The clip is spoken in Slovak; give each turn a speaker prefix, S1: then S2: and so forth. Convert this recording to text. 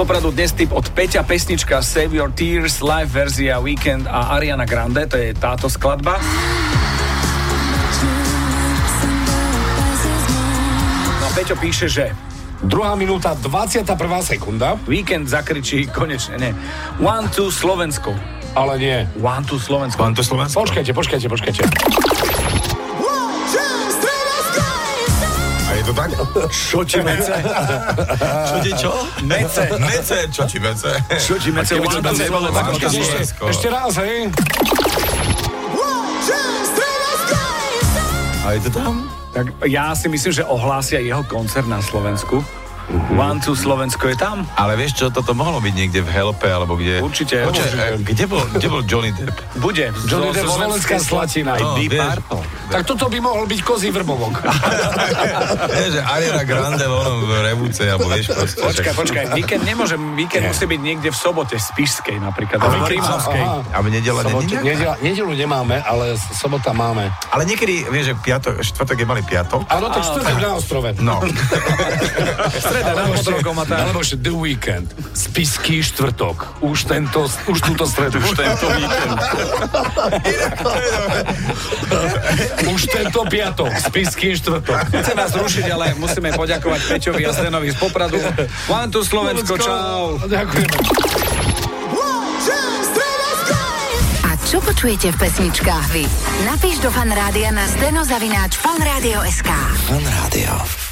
S1: Popradu dnes typ od Peťa pesnička Save Your Tears, live verzia Weekend a Ariana Grande, to je táto skladba. No a Peťo píše, že
S2: Druhá minúta, 21. sekunda,
S1: Weekend zakričí konečne, ne. One, two, Slovensko.
S2: ale nie.
S1: One, two, Slovensko.
S3: Pán to Slovensko.
S2: Počkajte, počkajte, počkajte.
S3: A je to tak?
S1: Čo ti mece?
S3: Čo ti čo? Mece. Mece. Čo ti mece?
S1: Čo ti mece?
S3: Keby to
S1: One,
S3: tam
S1: two,
S3: nebolo, tak
S1: Slovensko.
S3: to
S2: Ešte,
S3: Slovensko.
S2: ešte raz, hej?
S3: A je to tam?
S1: Tak ja si myslím, že ohlásia jeho koncert na Slovensku.
S3: Mhm.
S1: One, two, Slovensko je tam.
S3: Ale vieš čo, toto mohlo byť niekde v Helpe, alebo kde...
S1: Určite.
S3: Počkaj,
S1: Určite.
S3: e, kde, bol, kde bol Johnny Depp?
S1: Bude. Zo
S2: Johnny Depp, Slovenská slatina.
S3: No,
S1: Deep
S3: vieš,
S1: Purple.
S2: Tak toto by mohol byť kozí vrbovok.
S3: vieš, že Ariana Grande v onom v Revúce, alebo vieš proste.
S1: Počkaj,
S3: že-
S1: počkaj, víkend nemôžem, víkend
S3: Nie.
S1: musí byť niekde v sobote, v Spišskej napríklad, alebo v Rímavskej.
S2: Aha.
S3: A v nedela
S2: Sobotu,
S3: není nejaká?
S2: nedela, nedelu nemáme, ale s- sobota máme.
S3: Ale niekedy, vieš, že piatok, štvrtok je malý piatok.
S2: Áno, tak štvrtok na ostrove.
S3: No,
S1: Streda na potrokom a tak.
S4: Alebo že The Weekend, spisky štvrtok, už, tento, už túto stredu, už tento víkend. už tento piatok, spisky štvrtok.
S1: Chcem vás rušiť, ale musíme poďakovať Peťovi a Zdenovi z Popradu. One to Slovensko, čau.
S2: Ďakujeme.
S5: A čo počujete v pesničkách vy? Napíš do fanrádia na steno zavináč fanradio.sk
S6: Fan Rádio.